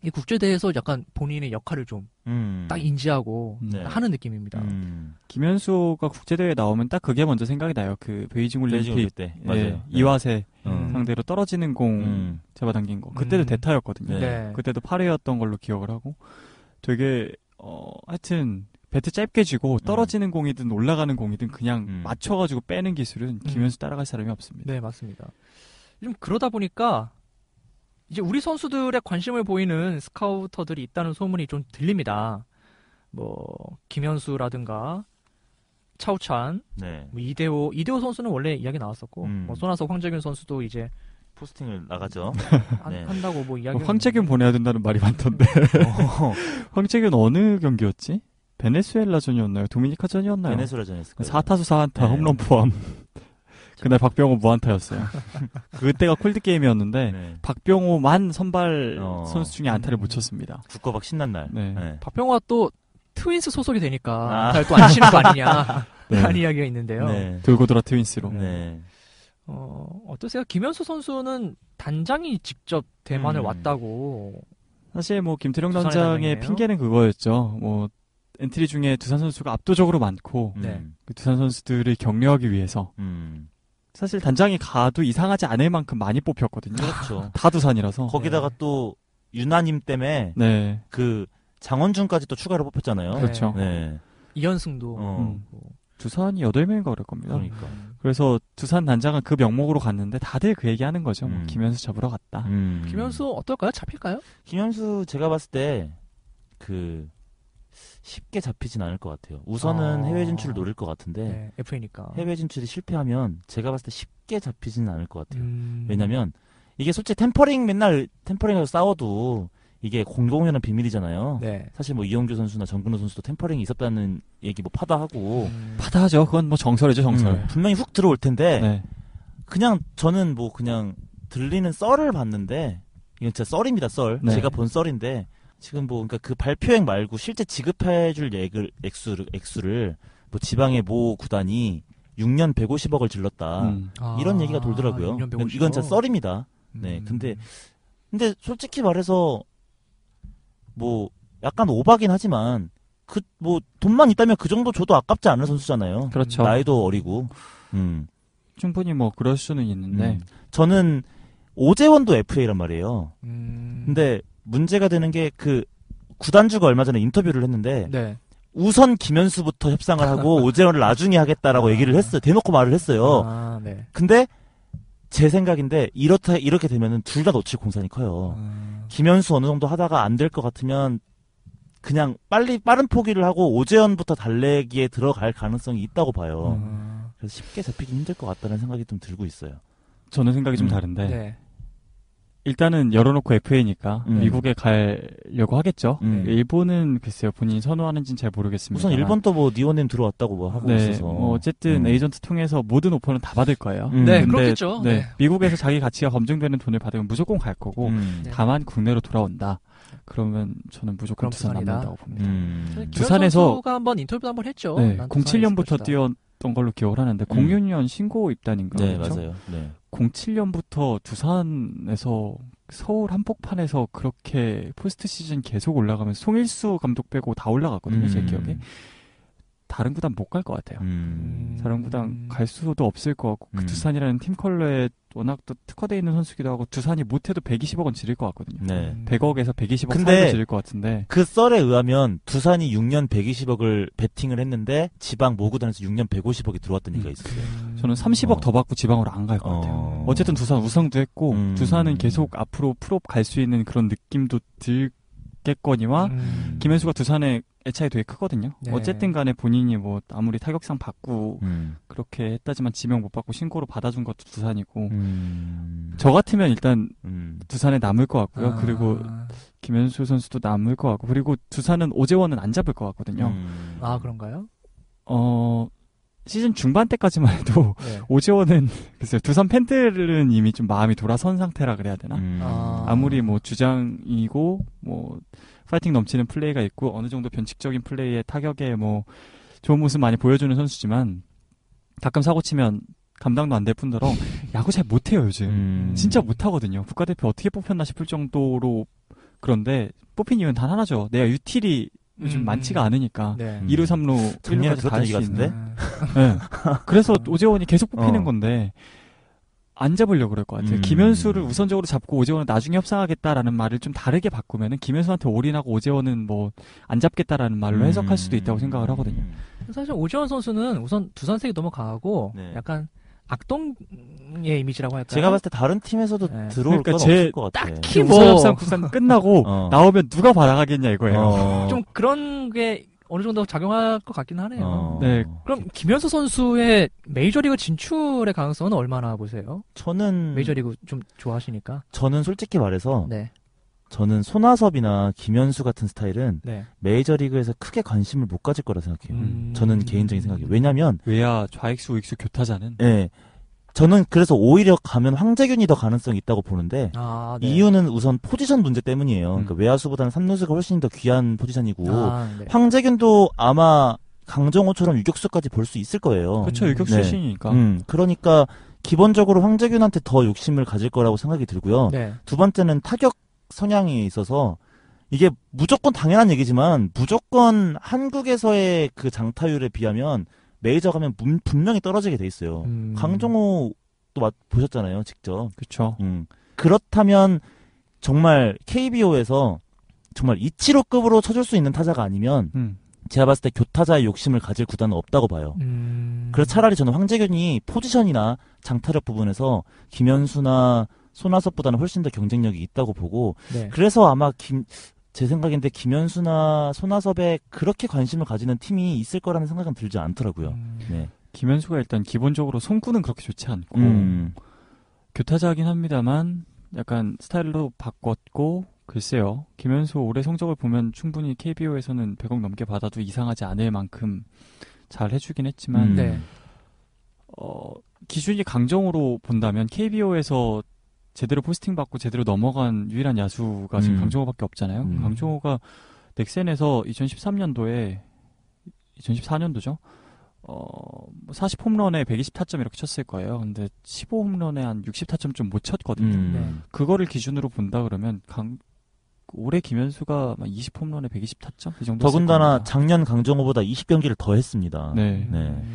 Speaker 2: 이 국제대회에서 약간 본인의 역할을 좀 딱
Speaker 3: 음.
Speaker 2: 인지하고
Speaker 4: 음.
Speaker 3: 네.
Speaker 2: 하는 느낌입니다.
Speaker 3: 음.
Speaker 4: 김현수가 국제대회 나오면 딱 그게 먼저 생각이 나요. 그 베이징
Speaker 3: 레이징
Speaker 4: 올림픽
Speaker 3: 올릴 때.
Speaker 4: 예,
Speaker 3: 맞아요.
Speaker 4: 이와세
Speaker 3: 네.
Speaker 2: 음.
Speaker 4: 상대로 떨어지는 공
Speaker 3: 음.
Speaker 4: 잡아당긴 거. 그때도
Speaker 2: 음.
Speaker 4: 대타였거든요.
Speaker 3: 네.
Speaker 4: 그때도 8회였던 걸로 기억을 하고 되게 어 하여튼 배트 짧게 쥐고 떨어지는 공이든 올라가는 공이든 그냥
Speaker 3: 음.
Speaker 4: 맞춰가지고 빼는 기술은 김현수 따라갈 사람이 없습니다.
Speaker 2: 네, 맞습니다. 좀 그러다 보니까 이제 우리 선수들의 관심을 보이는 스카우터들이 있다는 소문이 좀 들립니다. 뭐 김현수라든가 차우찬,
Speaker 3: 네.
Speaker 2: 뭐 이대호, 이대호 선수는 원래 이야기 나왔었고
Speaker 3: 음.
Speaker 2: 뭐 손아섭 황재균 선수도 이제
Speaker 3: 포스팅을 나가죠.
Speaker 2: 한,
Speaker 3: 네.
Speaker 2: 다고뭐 이야기
Speaker 4: 뭐 황재균 보내야 된다는 말이 많던데
Speaker 3: 어,
Speaker 4: (laughs) 황재균 어느 경기였지? 베네수엘라전이었나요?
Speaker 3: (laughs)
Speaker 4: 도미니카전이었나요?
Speaker 3: 베네수엘전 했을 거예요.
Speaker 4: 4타수 4안타
Speaker 3: 네.
Speaker 4: 홈런 포함. 그날 박병호 무안타였어요. 그때가 콜드 게임이었는데
Speaker 3: 네.
Speaker 4: 박병호만 선발
Speaker 3: 어.
Speaker 4: 선수 중에 안타를 못 쳤습니다.
Speaker 3: 국거박 신난 날.
Speaker 4: 네.
Speaker 2: 박병호가 또 트윈스 소속이 되니까
Speaker 3: 아.
Speaker 2: 또안 치는 거
Speaker 3: (laughs)
Speaker 2: 아니냐 (laughs)
Speaker 4: 네.
Speaker 2: 라는 이야기가 있는데요.
Speaker 3: 네.
Speaker 4: 돌고 돌아 트윈스로.
Speaker 3: 네.
Speaker 2: 어, 어떠세요? 김현수 선수는 단장이 직접 대만을
Speaker 3: 음.
Speaker 2: 왔다고.
Speaker 4: 사실 뭐 김태령
Speaker 2: 두산의
Speaker 4: 단장의
Speaker 2: 단장이네요.
Speaker 4: 핑계는 그거였죠. 뭐 엔트리 중에 두산 선수가 압도적으로 많고
Speaker 3: 음.
Speaker 2: 네.
Speaker 4: 그 두산 선수들을 격려하기 위해서
Speaker 3: 음.
Speaker 4: 사실 단장이 가도 이상하지 않을 만큼 많이 뽑혔거든요.
Speaker 3: 그렇죠.
Speaker 4: 다 두산이라서.
Speaker 3: 거기다가 또 유나님 때문에
Speaker 4: 어, 네.
Speaker 3: 그 장원준까지 또 추가로 뽑혔잖아요.
Speaker 2: 네.
Speaker 4: 그렇죠.
Speaker 3: 네.
Speaker 2: 이현승도.
Speaker 3: 어.
Speaker 4: 음.
Speaker 2: 있고.
Speaker 4: 두산이 8명인가 그럴 겁니다.
Speaker 3: 그러니까.
Speaker 2: 음.
Speaker 4: 그래서 두산 단장은 그 명목으로 갔는데 다들 그 얘기하는 거죠. 뭐
Speaker 3: 음.
Speaker 4: 김현수 잡으러 갔다.
Speaker 3: 음.
Speaker 2: 김현수 어떨까요? 잡힐까요?
Speaker 3: 김현수 제가 봤을 때 그 쉽게 잡히진 않을 것 같아요. 우선은
Speaker 2: 아. 네.
Speaker 3: 해외 진출을 노릴 것 같은데
Speaker 2: FA니까.
Speaker 3: 해외 진출이 실패하면 제가 봤을 때 쉽게 잡히지는 않을 것
Speaker 2: 음.
Speaker 3: 같아요. 왜냐면 이게 솔직히 템퍼링 맨날 템퍼링하고 싸워도 이게 공공연한 비밀이잖아요.
Speaker 2: 네.
Speaker 3: 사실 뭐 이용규 선수나 정근호 선수도 템퍼링이 있었다는 얘기 뭐 파다하고
Speaker 2: 음. 네.
Speaker 4: 파다하죠. 그건 뭐 정설이죠, 정설.
Speaker 3: 음, 분명히 훅 들어올 텐데
Speaker 4: 네.
Speaker 3: 그냥 저는 뭐 그냥 들리는 썰을 봤는데 이건 진짜 썰입니다 썰
Speaker 4: 네.
Speaker 3: 제가 본 썰인데 지금 뭐 그러니까 그 발표액 말고 실제 지급해줄 액을 액수를 액수를 뭐 지방의 모 구단이 6년 150억을 질렀다
Speaker 4: 음.
Speaker 2: 아,
Speaker 3: 이런 얘기가 돌더라고요.
Speaker 2: 이런
Speaker 3: 이건
Speaker 2: 배우시죠.
Speaker 3: 진짜 썰입니다. 네,
Speaker 2: 음.
Speaker 3: 근데 근데 솔직히 말해서 뭐 약간 오바긴 하지만 그 뭐 돈만 있다면 그 정도 줘도 아깝지 않은 선수잖아요.
Speaker 4: 그렇죠.
Speaker 3: 나이도 어리고. 음.
Speaker 4: 충분히 뭐 그럴 수는 있는데
Speaker 2: 네.
Speaker 3: 음. 저는 오재원도 FA란 말이에요.
Speaker 2: 음.
Speaker 3: 근데 문제가 되는 게 그 구단주가 얼마 전에 인터뷰를 했는데
Speaker 2: 네.
Speaker 3: 우선 김현수부터 협상을
Speaker 2: (laughs)
Speaker 3: 하고 오재원을 나중에 하겠다라고 얘기를 했어요. 대놓고 말을 했어요.
Speaker 2: 아, 네.
Speaker 3: 근데 제 생각인데 이렇다 이렇게 되면은 둘 다 놓칠 공산이 커요.
Speaker 4: 어.
Speaker 3: 김현수 어느 정도 하다가 안 될 것 같으면 그냥 빨리 빠른 포기를 하고 오재현부터 달래기에 들어갈 가능성이 있다고
Speaker 4: 어.
Speaker 3: 봐요.
Speaker 2: 음.
Speaker 3: 그래서 쉽게 잡히긴 힘들 것 같다는 생각이 좀 들고 있어요.
Speaker 4: 저는 생각이 좀
Speaker 3: 음.
Speaker 4: 다른데
Speaker 2: 네.
Speaker 4: 일단은 열어놓고 FA니까
Speaker 3: 음.
Speaker 4: 미국에 가려고 하겠죠.
Speaker 2: 네.
Speaker 3: 음.
Speaker 4: 일본은 글쎄요 본인이 선호하는지는 잘 모르겠습니다.
Speaker 3: 우선 일본도 뭐 니오님 들어왔다고 뭐 하고
Speaker 4: 네,
Speaker 3: 있어서
Speaker 4: 뭐 어쨌든
Speaker 3: 음.
Speaker 4: 에이전트 통해서 모든 오퍼는 다 받을 거예요.
Speaker 3: 음.
Speaker 2: 네,
Speaker 3: 근데-
Speaker 2: 그렇겠죠.
Speaker 4: 네,
Speaker 2: 네.
Speaker 4: 미국에서 자기 가치가 검증되는 돈을 받으면 무조건 갈 거고
Speaker 3: 음.
Speaker 2: 네.
Speaker 4: 다만 국내로 돌아온다. 그러면 저는 무조건
Speaker 2: 그럼
Speaker 4: 두산
Speaker 2: 두산이다.
Speaker 4: 남는다고 봅니다.
Speaker 3: 음.
Speaker 4: 두산에서-
Speaker 2: 가 한번 인터뷰도 한번 했죠.
Speaker 4: 네,
Speaker 2: 난 두산에
Speaker 4: 07년부터
Speaker 2: 있을 것이다.
Speaker 4: 뛰었던 걸로 기억을 하는데 06년 신고 입단인가
Speaker 3: 음. 네
Speaker 4: 그렇죠?
Speaker 3: 맞아요. 네.
Speaker 4: 07년부터 두산에서 서울 한복판에서 그렇게 포스트 시즌 계속 올라가면서 송일수 감독 빼고 다 올라갔거든요, 제
Speaker 3: 음.
Speaker 4: 기억에. 다른 구단 못 갈 것 같아요.
Speaker 3: 음.
Speaker 4: 다른 구단 갈 수도 없을 것 같고, 그
Speaker 3: 음.
Speaker 4: 두산이라는 팀 컬러에 워낙 또 특화되어 있는 선수기도 하고, 두산이 못해도 120억 원 지를 것 같거든요.
Speaker 3: 네.
Speaker 4: 100억에서 120억
Speaker 3: 근데-
Speaker 4: 사이로 지를 것 같은데,
Speaker 3: 그 썰에 의하면 두산이 6년 120억을 베팅을 했는데 지방 모구단에서 6년 150억이 들어왔던 얘기가
Speaker 4: 음.
Speaker 3: 있었어요.
Speaker 4: 저는 30억
Speaker 3: 어.
Speaker 4: 더 받고 지방으로 안 갈 것
Speaker 3: 어.
Speaker 4: 같아요. 어쨌든 두산 우승도 했고,
Speaker 3: 음.
Speaker 4: 두산은 계속 앞으로 풀업 갈 수 있는 그런 느낌도 들 없겠거니와
Speaker 2: 음.
Speaker 4: 김현수가 두산에 애착이 되게 크거든요.
Speaker 2: 네.
Speaker 4: 어쨌든 간에 본인이 뭐 아무리 타격상 받고
Speaker 3: 음.
Speaker 4: 그렇게 했다지만 지명 못 받고 신고로 받아준 것도 두산이고
Speaker 3: 음.
Speaker 4: 저 같으면 일단
Speaker 3: 음.
Speaker 4: 두산에 남을 것 같고요.
Speaker 2: 아.
Speaker 4: 그리고 김현수 선수도 남을 것 같고 그리고 두산은 오재원은 안 잡을 것 같거든요.
Speaker 3: 음.
Speaker 2: 아 그런가요?
Speaker 4: 어 시즌 중반 때까지만 해도 (laughs)
Speaker 2: 네.
Speaker 4: 오재원은 글쎄요 두산 팬들은 이미 좀 마음이 돌아선 상태라 그래야 되나?
Speaker 3: 음.
Speaker 2: 아.
Speaker 4: 아무리 뭐 주장이고 뭐 파이팅 넘치는 플레이가 있고 어느 정도 변칙적인 플레이에 타격에 뭐 좋은 모습 많이 보여주는 선수지만 가끔 사고 치면 감당도 안 될 뿐더러 야구 잘 못해요 요즘
Speaker 3: 음.
Speaker 4: 진짜 못하거든요 국가대표 어떻게 뽑혔나 싶을 정도로 그런데 뽑힌 이유는 단 하나죠 내가 유틸이 요즘
Speaker 2: 음.
Speaker 4: 많지가 않으니까
Speaker 2: 네.
Speaker 3: 음.
Speaker 4: 2루 3루
Speaker 3: 작년에
Speaker 4: 1루까지 다할
Speaker 3: 그랬던
Speaker 4: 수
Speaker 3: 얘기
Speaker 4: 있는
Speaker 3: 같은데?
Speaker 2: 음.
Speaker 3: (laughs)
Speaker 4: 네. 그래서
Speaker 2: 어.
Speaker 4: 오재원이 계속 뽑히는
Speaker 3: 어.
Speaker 4: 건데 안 잡으려고 그럴 것 같아요.
Speaker 3: 음.
Speaker 4: 김현수를 우선적으로 잡고 오재원은 나중에 협상하겠다라는 말을 좀 다르게 바꾸면은 김현수한테 올인하고 오재원은 뭐 안 잡겠다라는 말로 해석할
Speaker 3: 음.
Speaker 4: 수도 있다고 생각을 하거든요.
Speaker 2: 사실 오지원 선수는 우선 두산색이 너무 강하고
Speaker 3: 네.
Speaker 2: 약간 악동의 이미지라고 할까요?
Speaker 3: 제가 봤을 때 다른 팀에서도
Speaker 2: 네.
Speaker 3: 들어올
Speaker 4: 그러니까
Speaker 3: 건
Speaker 4: 제
Speaker 3: 없을 것 같아.
Speaker 2: 딱히
Speaker 4: 지금
Speaker 2: 뭐-
Speaker 4: 우선 협상 구상 끝나고
Speaker 3: 어.
Speaker 4: 나오면 누가 받아가겠냐 이거예요.
Speaker 3: 어.
Speaker 2: (laughs) 좀 그런 게 어느 정도 작용할 것 같긴 하네요.
Speaker 3: 어.
Speaker 4: 네.
Speaker 2: 그럼 김현수 선수의 메이저리그 진출의 가능성은 얼마나 보세요?
Speaker 3: 저는
Speaker 2: 메이저리그 좀 좋아하시니까.
Speaker 3: 저는 솔직히 말해서
Speaker 2: 네.
Speaker 3: 저는 손아섭이나 김현수 같은 스타일은
Speaker 2: 네.
Speaker 3: 메이저리그에서 크게 관심을 못 가질 거라 생각해요.
Speaker 2: 음.
Speaker 3: 저는 개인적인 생각이에요. 왜냐면
Speaker 4: 외야 좌익수 우익수 교타자는
Speaker 3: 예. 저는 그래서 오히려 가면 황재균이 더 가능성이 있다고 보는데
Speaker 2: 아,
Speaker 3: 이유는 우선 포지션 문제 때문이에요.
Speaker 4: 음.
Speaker 3: 그러니까 외야수보다는 삼루수가 훨씬 더 귀한 포지션이고
Speaker 2: 아,
Speaker 3: 뭐
Speaker 2: 네.
Speaker 3: 황재균도 아마 강정호처럼 유격수까지 볼 수 있을 거예요.
Speaker 4: 그렇죠 유격수
Speaker 3: 네.
Speaker 4: 신이니까
Speaker 3: 음, 그러니까 기본적으로 황재균한테 더 욕심을 가질 거라고 생각이 들고요.
Speaker 2: 네.
Speaker 3: 두 번째는 타격 성향이 있어서 이게 무조건 당연한 얘기지만 무조건 한국에서의 그 장타율에 비하면 메이저 가면 문- 분명히 떨어지게 돼 있어요.
Speaker 2: 음.
Speaker 3: 강정호도 맛- 보셨잖아요, 직접.
Speaker 4: 그렇죠.
Speaker 3: 음. 그렇다면 정말 KBO에서 정말 이치로급으로 쳐줄 수 있는 타자가 아니면
Speaker 4: 음.
Speaker 3: 제가 봤을 때 교타자의 욕심을 가질 구단은 없다고 봐요.
Speaker 2: 음.
Speaker 3: 그래서 차라리 저는 황재균이 포지션이나 장타력 부분에서 김현수나 손아섭보다는 훨씬 더 경쟁력이 있다고 보고
Speaker 2: 네.
Speaker 3: 그래서 아마 김, 제 생각인데 김현수나 손아섭에 그렇게 관심을 가지는 팀이 있을 거라는 생각은 들지 않더라고요.
Speaker 2: 음.
Speaker 3: 네.
Speaker 4: 김현수가 일단 기본적으로 손구는 그렇게 좋지 않고
Speaker 3: 음.
Speaker 4: 교타자긴 합니다만 약간 스타일로 바꿨고 글쎄요 김현수 올해 성적을 보면 충분히 KBO에서는 100억 넘게 받아도 이상하지 않을 만큼 잘 해주긴 했지만
Speaker 3: 음.
Speaker 2: 네.
Speaker 4: 어, 기준이 강정으로 본다면 KBO에서 제대로 포스팅 받고 제대로 넘어간 유일한 야수가 지금
Speaker 3: 음.
Speaker 4: 강정호밖에 없잖아요
Speaker 3: 음.
Speaker 4: 강정호가 넥센에서 2013년도에 2014년도죠 어, 40홈런에 120타점 이렇게 쳤을 거예요. 근데 15홈런에 한 60타점 좀 네. 못 쳤거든요.
Speaker 3: 음.
Speaker 4: 그거를 기준으로 본다 그러면 강 올해 김현수가 20홈런에 120타점 이 정도
Speaker 3: 더군다나
Speaker 4: 했을 겁니다.
Speaker 3: 작년 강정호보다 20경기를 더 했습니다.
Speaker 2: 음.
Speaker 4: 네.
Speaker 3: 네.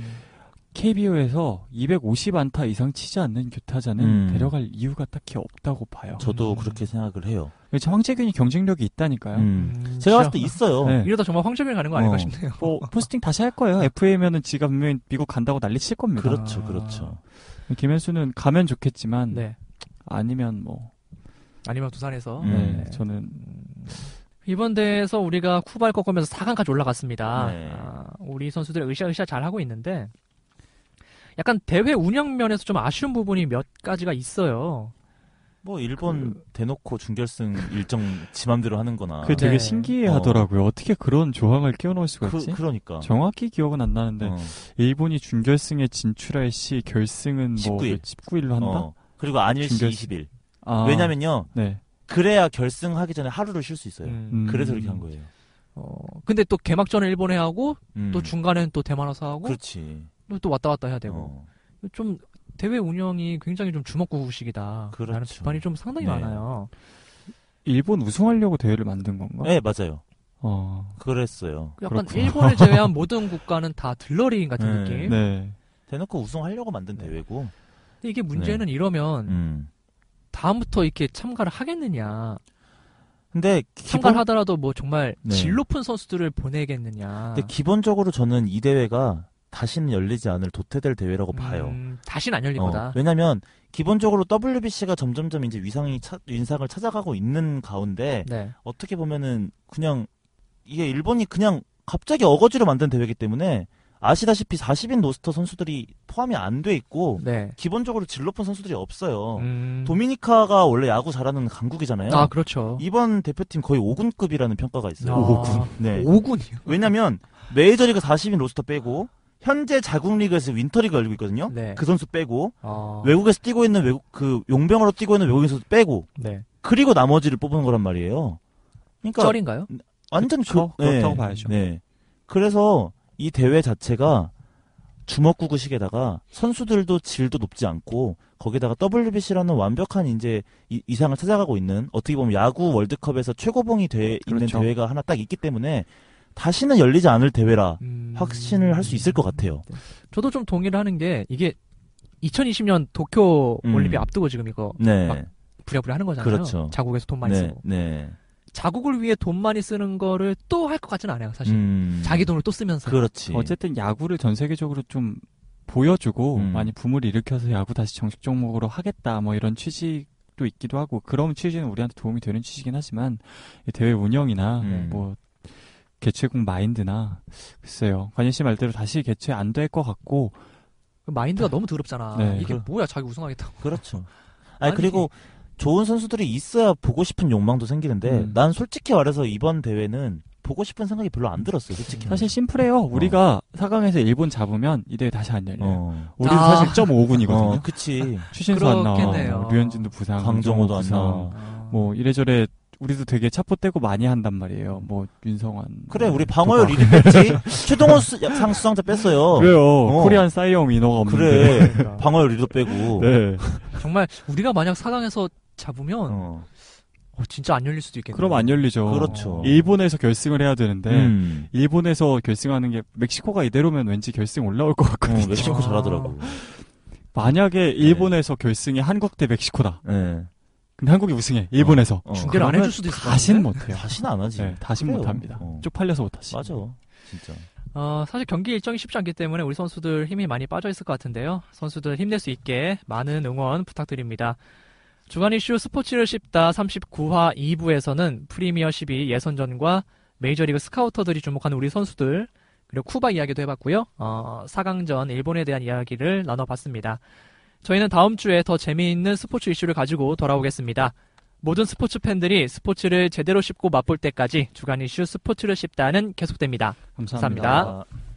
Speaker 4: KBO에서 250 안타 이상 치지 않는 교타자는
Speaker 3: 음.
Speaker 4: 데려갈 이유가 딱히 없다고 봐요.
Speaker 3: 저도
Speaker 2: 음.
Speaker 3: 그렇게 생각을 해요.
Speaker 4: 그래서 황재균이 경쟁력이 있다니까요.
Speaker 3: 음. 제가 봤을 때 있어요.
Speaker 4: 네.
Speaker 2: 그렇죠. 이러다 정말 황재균 가는 거 아닐까
Speaker 3: 어.
Speaker 2: 싶네요.
Speaker 4: 뭐 포스팅 다시 할 거예요. FA면은 지가 분명히 미국 간다고 난리 칠 겁니다.
Speaker 3: 그렇죠,
Speaker 2: 아.
Speaker 3: 그렇죠.
Speaker 4: 김현수는 가면
Speaker 3: 음.
Speaker 4: 좋겠지만
Speaker 2: 네.
Speaker 4: 아니면 뭐
Speaker 2: 아니면 두산에서
Speaker 3: 음.
Speaker 4: 네,
Speaker 2: 네.
Speaker 4: 저는
Speaker 2: 이번 대회에서 우리가 쿠바를 꺾으면서 4강까지 올라갔습니다.
Speaker 3: 네.
Speaker 2: 아, 우리 선수들 으쌰으쌰 잘하고 있는데 약간 대회 운영 면에서 좀 아쉬운 부분이 몇 가지가 있어요.
Speaker 3: 뭐
Speaker 4: 그
Speaker 3: 일본 대놓고 중결승 일정 지맘대로 하는거나
Speaker 4: 그게 되게
Speaker 2: 네.
Speaker 4: 신기해하더라고요. 어. 떻게 그런 조항을 끼워넣을 수가
Speaker 3: 그,
Speaker 4: 있지?
Speaker 3: 그러니까.
Speaker 4: 정확히 기억은 안
Speaker 2: 네.
Speaker 4: 나는데
Speaker 3: 어,
Speaker 4: 일본이 준결승에 진출할 시 결승은 뭐
Speaker 3: 19일.
Speaker 4: 19일. 로 한다.
Speaker 3: 어. 그리고 안일시
Speaker 4: 중결승.
Speaker 3: 20일.
Speaker 4: 아,
Speaker 3: 왜냐면요.
Speaker 4: 네.
Speaker 3: 그래야 결승하기 전에 하루를 쉴 수 있어요.
Speaker 2: 음.
Speaker 3: 그래서 이렇게 한 거예요.
Speaker 2: 어, 근데 또 개막전을 일본에 하고
Speaker 3: 음.
Speaker 2: 또 중간에는 또 대만 와서 하고
Speaker 3: 그렇지.
Speaker 2: 또- 또 왔다 갔다 해야 되고
Speaker 3: 어.
Speaker 2: 좀 대회 운영이 굉장히 좀 주먹구구식이다.
Speaker 3: 그렇죠.
Speaker 2: 라는 비판이 좀 상당히
Speaker 3: 네.
Speaker 2: 많아요.
Speaker 4: 일본 우승하려고 대회를 만든 건가?
Speaker 3: 네, 맞아요.
Speaker 4: 어.
Speaker 3: 그랬어요.
Speaker 2: 약간
Speaker 3: (laughs)
Speaker 4: 그렇구나.
Speaker 2: 일본을 제외한 모든 국가는 다 들러리인 같은
Speaker 3: 네.
Speaker 2: 느낌.
Speaker 4: 네.
Speaker 3: 대놓고 우승하려고 만든
Speaker 2: 네.
Speaker 3: 대회고.
Speaker 2: 근데 이게 문제는 이러면
Speaker 3: 음.
Speaker 2: 다음부터 이렇게 참가를 하겠느냐.
Speaker 3: 근데
Speaker 2: 참가를
Speaker 3: 기본,
Speaker 2: 하더라도 뭐 정말
Speaker 3: 네.
Speaker 2: 질 높은 선수들을 보내겠느냐.
Speaker 3: 근데 기본적으로 저는 이 대회가 다시는 열리지 않을 도태될 대회라고 뭐 봐요.
Speaker 2: 음, 다시는 안 열릴
Speaker 3: 어,
Speaker 2: 거다.
Speaker 3: 왜냐면 기본적으로 WBC가 점점점 이제 위상이 차, 인상을 찾아가고 있는 가운데
Speaker 2: 네.
Speaker 3: 어떻게 보면은 그냥 이게 일본이 그냥 갑자기 어거지로 만든 대회이기 때문에 아시다시피 40인 로스터 선수들이 포함이 안 돼 있고
Speaker 2: 네.
Speaker 3: 기본적으로 질 높은 선수들이 어, 없어요.
Speaker 2: 음.
Speaker 3: 도미니카가 원래 야구 잘하는 강국이잖아요.
Speaker 2: 아, 그렇죠.
Speaker 3: 이번 대표팀 거의 5군급이라는 평가가 있어요.
Speaker 2: 아,
Speaker 3: 네.
Speaker 2: 오군이요?
Speaker 3: 왜냐면 메이저리그 40인 로스터 빼고 현재 자국리그에서 윈터리그 열고 있거든요.
Speaker 2: 네.
Speaker 3: 그 선수 빼고
Speaker 2: 아,
Speaker 3: 외국에서 뛰고 있는 외국 그 용병으로 뛰고 있는 외국인 선수 빼고
Speaker 2: 네.
Speaker 3: 그리고 나머지를 뽑은 거란 말이에요. 그러니까
Speaker 2: 쩔인가요?
Speaker 3: 완전
Speaker 4: 그쵸?
Speaker 3: 그, 네.
Speaker 4: 그렇다고 봐야죠.
Speaker 3: 네. 그래서 이 대회 자체가 주먹구구식에다가 선수들도 질도 높지 않고 거기다가 WBC라는 완벽한 이제 이- 이상을 찾아가고 있는 어떻게 보면 야구 월드컵에서 최고봉이 돼 있는
Speaker 4: 그렇죠.
Speaker 3: 대회가 하나 딱 있기 때문에 다시는 열리지 않을 대회라
Speaker 2: 음.
Speaker 3: 확신을 할 수 있을 것 같아요.
Speaker 2: 저도 좀 동의를 하는 게 이게 2020년 도쿄
Speaker 3: 음.
Speaker 2: 올림픽 앞두고 지금 이거
Speaker 3: 네.
Speaker 2: 막 부랴부랴 하는 거잖아요.
Speaker 3: 그렇죠.
Speaker 2: 자국에서 돈 많이
Speaker 3: 네.
Speaker 2: 쓰고.
Speaker 3: 네.
Speaker 2: 자국을 위해 돈 많이 쓰는 거를 또 할 것 같지는 않아요, 사실.
Speaker 3: 음.
Speaker 2: 자기 돈을 또 쓰면서.
Speaker 3: 그렇지.
Speaker 4: 어쨌든 야구를 전 세계적으로 좀 보여주고
Speaker 3: 음.
Speaker 4: 많이 붐을 일으켜서 야구 다시 정식 종목으로 하겠다 뭐 이런 취지도 있기도 하고 그런 취지는 우리한테 도움이 되는 취지긴 하지만 이 대회 운영이나
Speaker 3: 음.
Speaker 4: 뭐 개최국 마인드나 글쎄요 관현 씨 말대로 다시 개최 안 될 것 같고
Speaker 2: 마인드가 너무 더럽잖아.
Speaker 4: 네.
Speaker 2: 이게
Speaker 3: 그 그럼.
Speaker 2: 뭐야, 자기 우승하겠다고.
Speaker 4: 음.
Speaker 3: 그렇죠. 아니,
Speaker 2: 아니,
Speaker 3: 그리고 좋은 선수들이 있어야 보고 싶은 욕망도 생기는데
Speaker 4: 음.
Speaker 3: 난 솔직히 말해서 이번 대회는 보고 싶은 생각이 별로 안 들었어요. 솔직히.
Speaker 4: 사실 심플해요 우리가 사강에서 일본 잡으면 이 대회 다시 안 열려요
Speaker 3: 말해서.
Speaker 4: 우리도
Speaker 2: 아.
Speaker 4: 사실 0.5군이거든요 아,
Speaker 3: 어. 그치.
Speaker 4: 추신수 안
Speaker 2: 그렇겠네요.
Speaker 4: 나와 류현진도 부상
Speaker 3: 강정호도 안
Speaker 4: 부상.
Speaker 3: 나와.
Speaker 2: 아,
Speaker 4: 뭐 이래저래 우리도 되게 차포 떼고 많이 한단 말이에요. 뭐 윤성환.
Speaker 3: 그래,
Speaker 4: 뭐
Speaker 3: 우리 방어율
Speaker 4: 도박.
Speaker 3: 1위 뺐지. (laughs) 최동호 수- 상 수상자 뺐어요.
Speaker 4: 그래요.
Speaker 3: 어.
Speaker 4: 코리안 사이언 위너가 없는데.
Speaker 3: 그래.
Speaker 2: 그러니까.
Speaker 3: 방어율 1위도 빼고.
Speaker 4: 네.
Speaker 2: 정말 우리가 만약 사강에서 잡으면
Speaker 3: 어.
Speaker 2: 어, 진짜 안 열릴 수도 있겠네.
Speaker 4: 그럼 안 열리죠. 어.
Speaker 3: 그렇죠.
Speaker 4: 일본에서 결승을 해야 되는데
Speaker 3: 음.
Speaker 4: 일본에서 결승하는 게 멕시코가 이대로면 왠지 결승 올라올 것
Speaker 3: 어,
Speaker 4: 같거든요.
Speaker 3: 멕시코 네.
Speaker 2: 아.
Speaker 3: 잘하더라고.
Speaker 4: 만약에 일본에서 결승이 한국 대 멕시코다.
Speaker 3: 네.
Speaker 4: 근데 한국이 우승해. 일본에서.
Speaker 3: 어.
Speaker 2: 중계를 안
Speaker 4: 그러면
Speaker 2: 해줄 수도 있을 것
Speaker 4: 다신
Speaker 2: 같은데?
Speaker 4: 못해요.
Speaker 3: 다시는 안 하지.
Speaker 4: 네, 다신
Speaker 3: 그래요.
Speaker 4: 못합니다.
Speaker 3: 어.
Speaker 4: 쪽팔려서 못하지.
Speaker 3: 맞아. 진짜.
Speaker 2: 어, 사실 경기 일정이 쉽지 않기 때문에 우리 선수들 힘이 많이 빠져 있을 것 같은데요. 선수들 힘낼 수 있게 많은 응원 부탁드립니다. 주간 이슈 스포츠를 씹다 39화 2부에서는 프리미어 12 예선전과 메이저리그 스카우터들이 주목하는 우리 선수들 그리고 쿠바 이야기도 해봤고요. 어, 4강전 일본에 대한 이야기를 나눠봤습니다. 저희는 다음 주에 더 재미있는 스포츠 이슈를 가지고 돌아오겠습니다. 모든 스포츠 팬들이 스포츠를 제대로 씹고 맛볼 때까지 주간 이슈 스포츠를 씹다는 계속됩니다. 감사합니다.
Speaker 3: 아,